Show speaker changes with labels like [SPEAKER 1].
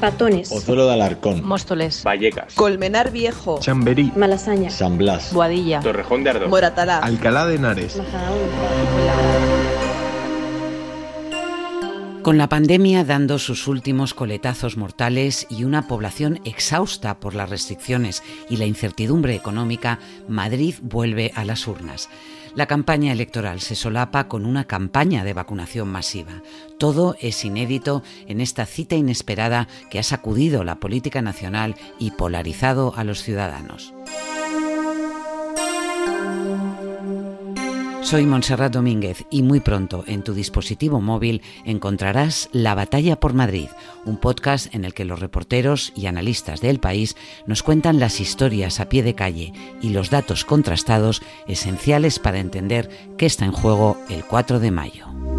[SPEAKER 1] Patones,
[SPEAKER 2] Pozuelo de Alarcón,
[SPEAKER 3] Móstoles,
[SPEAKER 4] Vallecas,
[SPEAKER 5] Colmenar Viejo,
[SPEAKER 6] Chamberí,
[SPEAKER 1] Malasaña,
[SPEAKER 2] San Blas,
[SPEAKER 3] Boadilla,
[SPEAKER 4] Torrejón de Ardoz.
[SPEAKER 5] Moratalá,
[SPEAKER 6] Alcalá de Henares.
[SPEAKER 7] Con la pandemia dando sus últimos coletazos mortales y una población exhausta por las restricciones y la incertidumbre económica, Madrid vuelve a las urnas. La campaña electoral se solapa con una campaña de vacunación masiva. Todo es inédito en esta cita inesperada que ha sacudido la política nacional y polarizado a los ciudadanos. Soy Montserrat Domínguez y muy pronto en tu dispositivo móvil encontrarás La Batalla por Madrid, un podcast en el que los reporteros y analistas del país nos cuentan las historias a pie de calle y los datos contrastados esenciales para entender qué está en juego el 4 de mayo.